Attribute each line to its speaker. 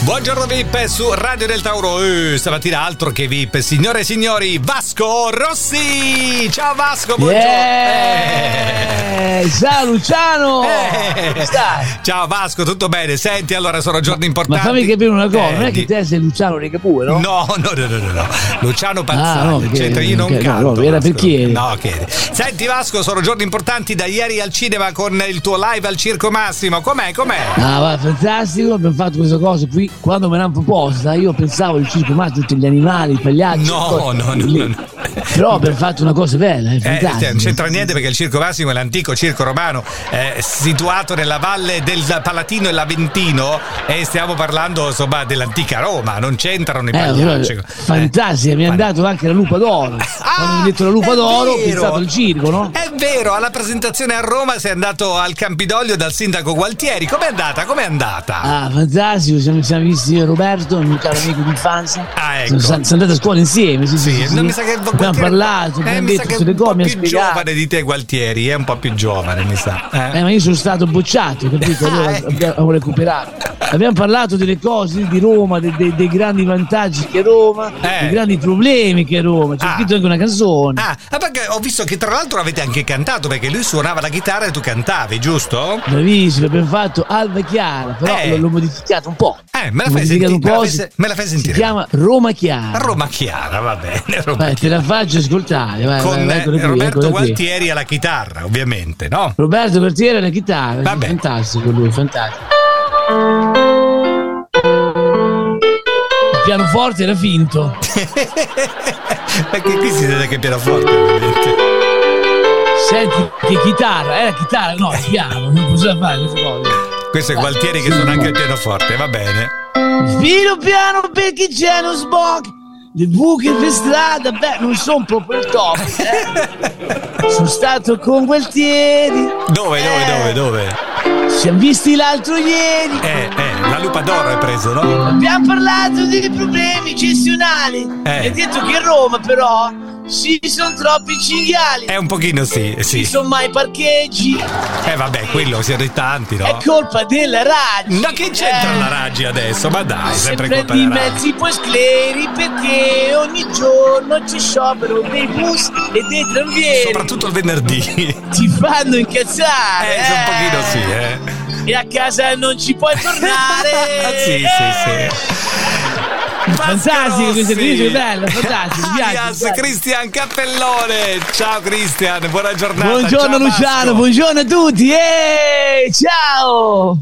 Speaker 1: Buongiorno VIP su Radio del Tauro. Eh, stamattina altro che VIP, signore e signori, Vasco Rossi. Ciao Vasco, buongiorno.
Speaker 2: Yeah.
Speaker 1: Eh.
Speaker 2: Ciao Luciano.
Speaker 1: Eh.
Speaker 2: Come stai?
Speaker 1: Ciao Vasco, tutto bene? Senti, allora sono giorni
Speaker 2: Ma
Speaker 1: importanti. Eh,
Speaker 2: fammi capire una cosa, non è
Speaker 1: di-
Speaker 2: che te sei Luciano Recapue, no?
Speaker 1: No, no, no, no, no, no. Luciano
Speaker 2: Ah,
Speaker 1: Pazzani,
Speaker 2: no, perché-
Speaker 1: c'entra, io non
Speaker 2: perché- no,
Speaker 1: canto.
Speaker 2: no, era per
Speaker 1: Vasco.
Speaker 2: chi-
Speaker 1: No, che- Senti Vasco, sono giorni importanti da ieri al cinema con il tuo live al Circo Massimo. Com'è, com'è?
Speaker 2: Ah, va fantastico, abbiamo fatto questa cosa qui. Quando me l'hanno proposta, io pensavo il circo ma tutti gli animali, i pagliacci.
Speaker 1: No,
Speaker 2: cose
Speaker 1: no, no,
Speaker 2: lì.
Speaker 1: no, no.
Speaker 2: Però abbiamo fatto una cosa bella, è
Speaker 1: Eh,
Speaker 2: fantastico.
Speaker 1: non c'entra niente perché il Circo Massimo è l'antico circo romano eh, situato nella valle del Palatino e l'Aventino e stiamo parlando insomma dell'antica Roma, non c'entrano i
Speaker 2: Eh,
Speaker 1: pagliacci.
Speaker 2: allora, fantastica, mi ha
Speaker 1: ma-
Speaker 2: dato anche la lupa d'oro. Quando mi ha detto la lupa
Speaker 1: Eh, Ah, è
Speaker 2: d'oro, ho
Speaker 1: vero. Eh.
Speaker 2: pensato al circo, no?
Speaker 1: È vero, alla presentazione a Roma sei andato al Campidoglio dal sindaco Gualtieri. Com'è andata? Com'è andata?
Speaker 2: Ah, fantastico, siamo, siamo visti io e Roberto, il mio caro amico d'infanzia.
Speaker 1: Ah, ecco.
Speaker 2: Sono, sta- sono andati a scuola insieme, sì, sì.
Speaker 1: Sì,
Speaker 2: sì,
Speaker 1: non
Speaker 2: sì.
Speaker 1: mi sa che
Speaker 2: abbiamo
Speaker 1: Gualtieri-
Speaker 2: parlato,
Speaker 1: eh,
Speaker 2: abbiamo
Speaker 1: mi sa
Speaker 2: detto
Speaker 1: che è
Speaker 2: tutte le
Speaker 1: un
Speaker 2: cose,
Speaker 1: po'
Speaker 2: mi ha
Speaker 1: più
Speaker 2: spiegato.
Speaker 1: giovane di te Gualtieri, è un po' più giovane, mi sa. eh.
Speaker 2: Eh, ma io sono stato bocciato, capito? Allora
Speaker 1: Ah, ecco.
Speaker 2: abbiamo- avevo recuperato. Abbiamo parlato delle cose di Roma, de- de- dei, grandi vantaggi che Roma,
Speaker 1: Eh.
Speaker 2: dei grandi problemi che Roma. C'è
Speaker 1: Ah.
Speaker 2: scritto anche una canzone.
Speaker 1: Ah, ah, perché ho visto che tra l'altro avete anche cantato perché lui suonava la chitarra e tu cantavi, giusto?
Speaker 2: Bravissimo, abbiamo fatto Alba Chiara, però
Speaker 1: Eh.
Speaker 2: l'ho, l'ho modificato un po'.
Speaker 1: Eh, me la
Speaker 2: L'ho
Speaker 1: fai,
Speaker 2: modificato
Speaker 1: senti-
Speaker 2: un
Speaker 1: me la
Speaker 2: po',
Speaker 1: fai
Speaker 2: si-
Speaker 1: se- me la fai
Speaker 2: Si
Speaker 1: sentire.
Speaker 2: chiama Eh, Roma Chiara.
Speaker 1: Roma Chiara, va bene. Roma
Speaker 2: Vai, te
Speaker 1: Chiara.
Speaker 2: la faccio ascoltare. Vai,
Speaker 1: Con
Speaker 2: vai, vai,
Speaker 1: eh,
Speaker 2: eccola qui,
Speaker 1: Roberto
Speaker 2: eccola qui.
Speaker 1: Gualtieri alla chitarra, ovviamente, no?
Speaker 2: Roberto Quartieri alla chitarra,
Speaker 1: Vabbè.
Speaker 2: sì, fantastico lui, fantastico. Il pianoforte era finto.
Speaker 1: perché qui si vede che è pianoforte, ovviamente.
Speaker 2: Senti che chitarra, era chitarra, no, il piano, non poteva fare queste cose.
Speaker 1: Questo è Gualtieri che
Speaker 2: Sì,
Speaker 1: suona
Speaker 2: no.
Speaker 1: anche il pianoforte, va bene.
Speaker 2: Filo piano perché c'è uno sbog. Le buche per strada, beh, non sono proprio il top. eh. Sono stato con Gualtieri,
Speaker 1: Dove, dove,
Speaker 2: Eh.
Speaker 1: dove, dove?
Speaker 2: ci siamo visti l'altro ieri.
Speaker 1: Eh, eh, la lupa d'oro hai preso, no?
Speaker 2: Abbiamo parlato dei problemi gestionali.
Speaker 1: Eh.
Speaker 2: Mi ha detto che a Roma, però, ci sono troppi cinghiali.
Speaker 1: Eh, un pochino sì,
Speaker 2: Ci
Speaker 1: sì.
Speaker 2: sono mai parcheggi.
Speaker 1: Eh, vabbè, quello siete in tanti,
Speaker 2: È
Speaker 1: no?
Speaker 2: colpa della Raggi.
Speaker 1: Ma che c'entra
Speaker 2: Eh,
Speaker 1: la Raggi adesso? Ma dai,
Speaker 2: Se
Speaker 1: sempre colpa
Speaker 2: prendi i
Speaker 1: della Raggi.
Speaker 2: mezzi poi scleri perché ogni giorno c'è sciopero dei bus e dei tranvieri.
Speaker 1: Soprattutto il venerdì.
Speaker 2: Ti fanno incazzare.
Speaker 1: Eh, un pochino sì, eh.
Speaker 2: E a casa non ci puoi tornare.
Speaker 1: sì,
Speaker 2: Eh.
Speaker 1: sì, sì.
Speaker 2: Fantastico,
Speaker 1: Vasco Rossi.
Speaker 2: questo video è bello, fantastico, mi piace, mi
Speaker 1: Alias
Speaker 2: piace.
Speaker 1: Cristian Cappellone. Ciao Cristian, buona giornata.
Speaker 2: Buongiorno
Speaker 1: ciao Vasco.
Speaker 2: Luciano, buongiorno a tutti. Ehi, ciao.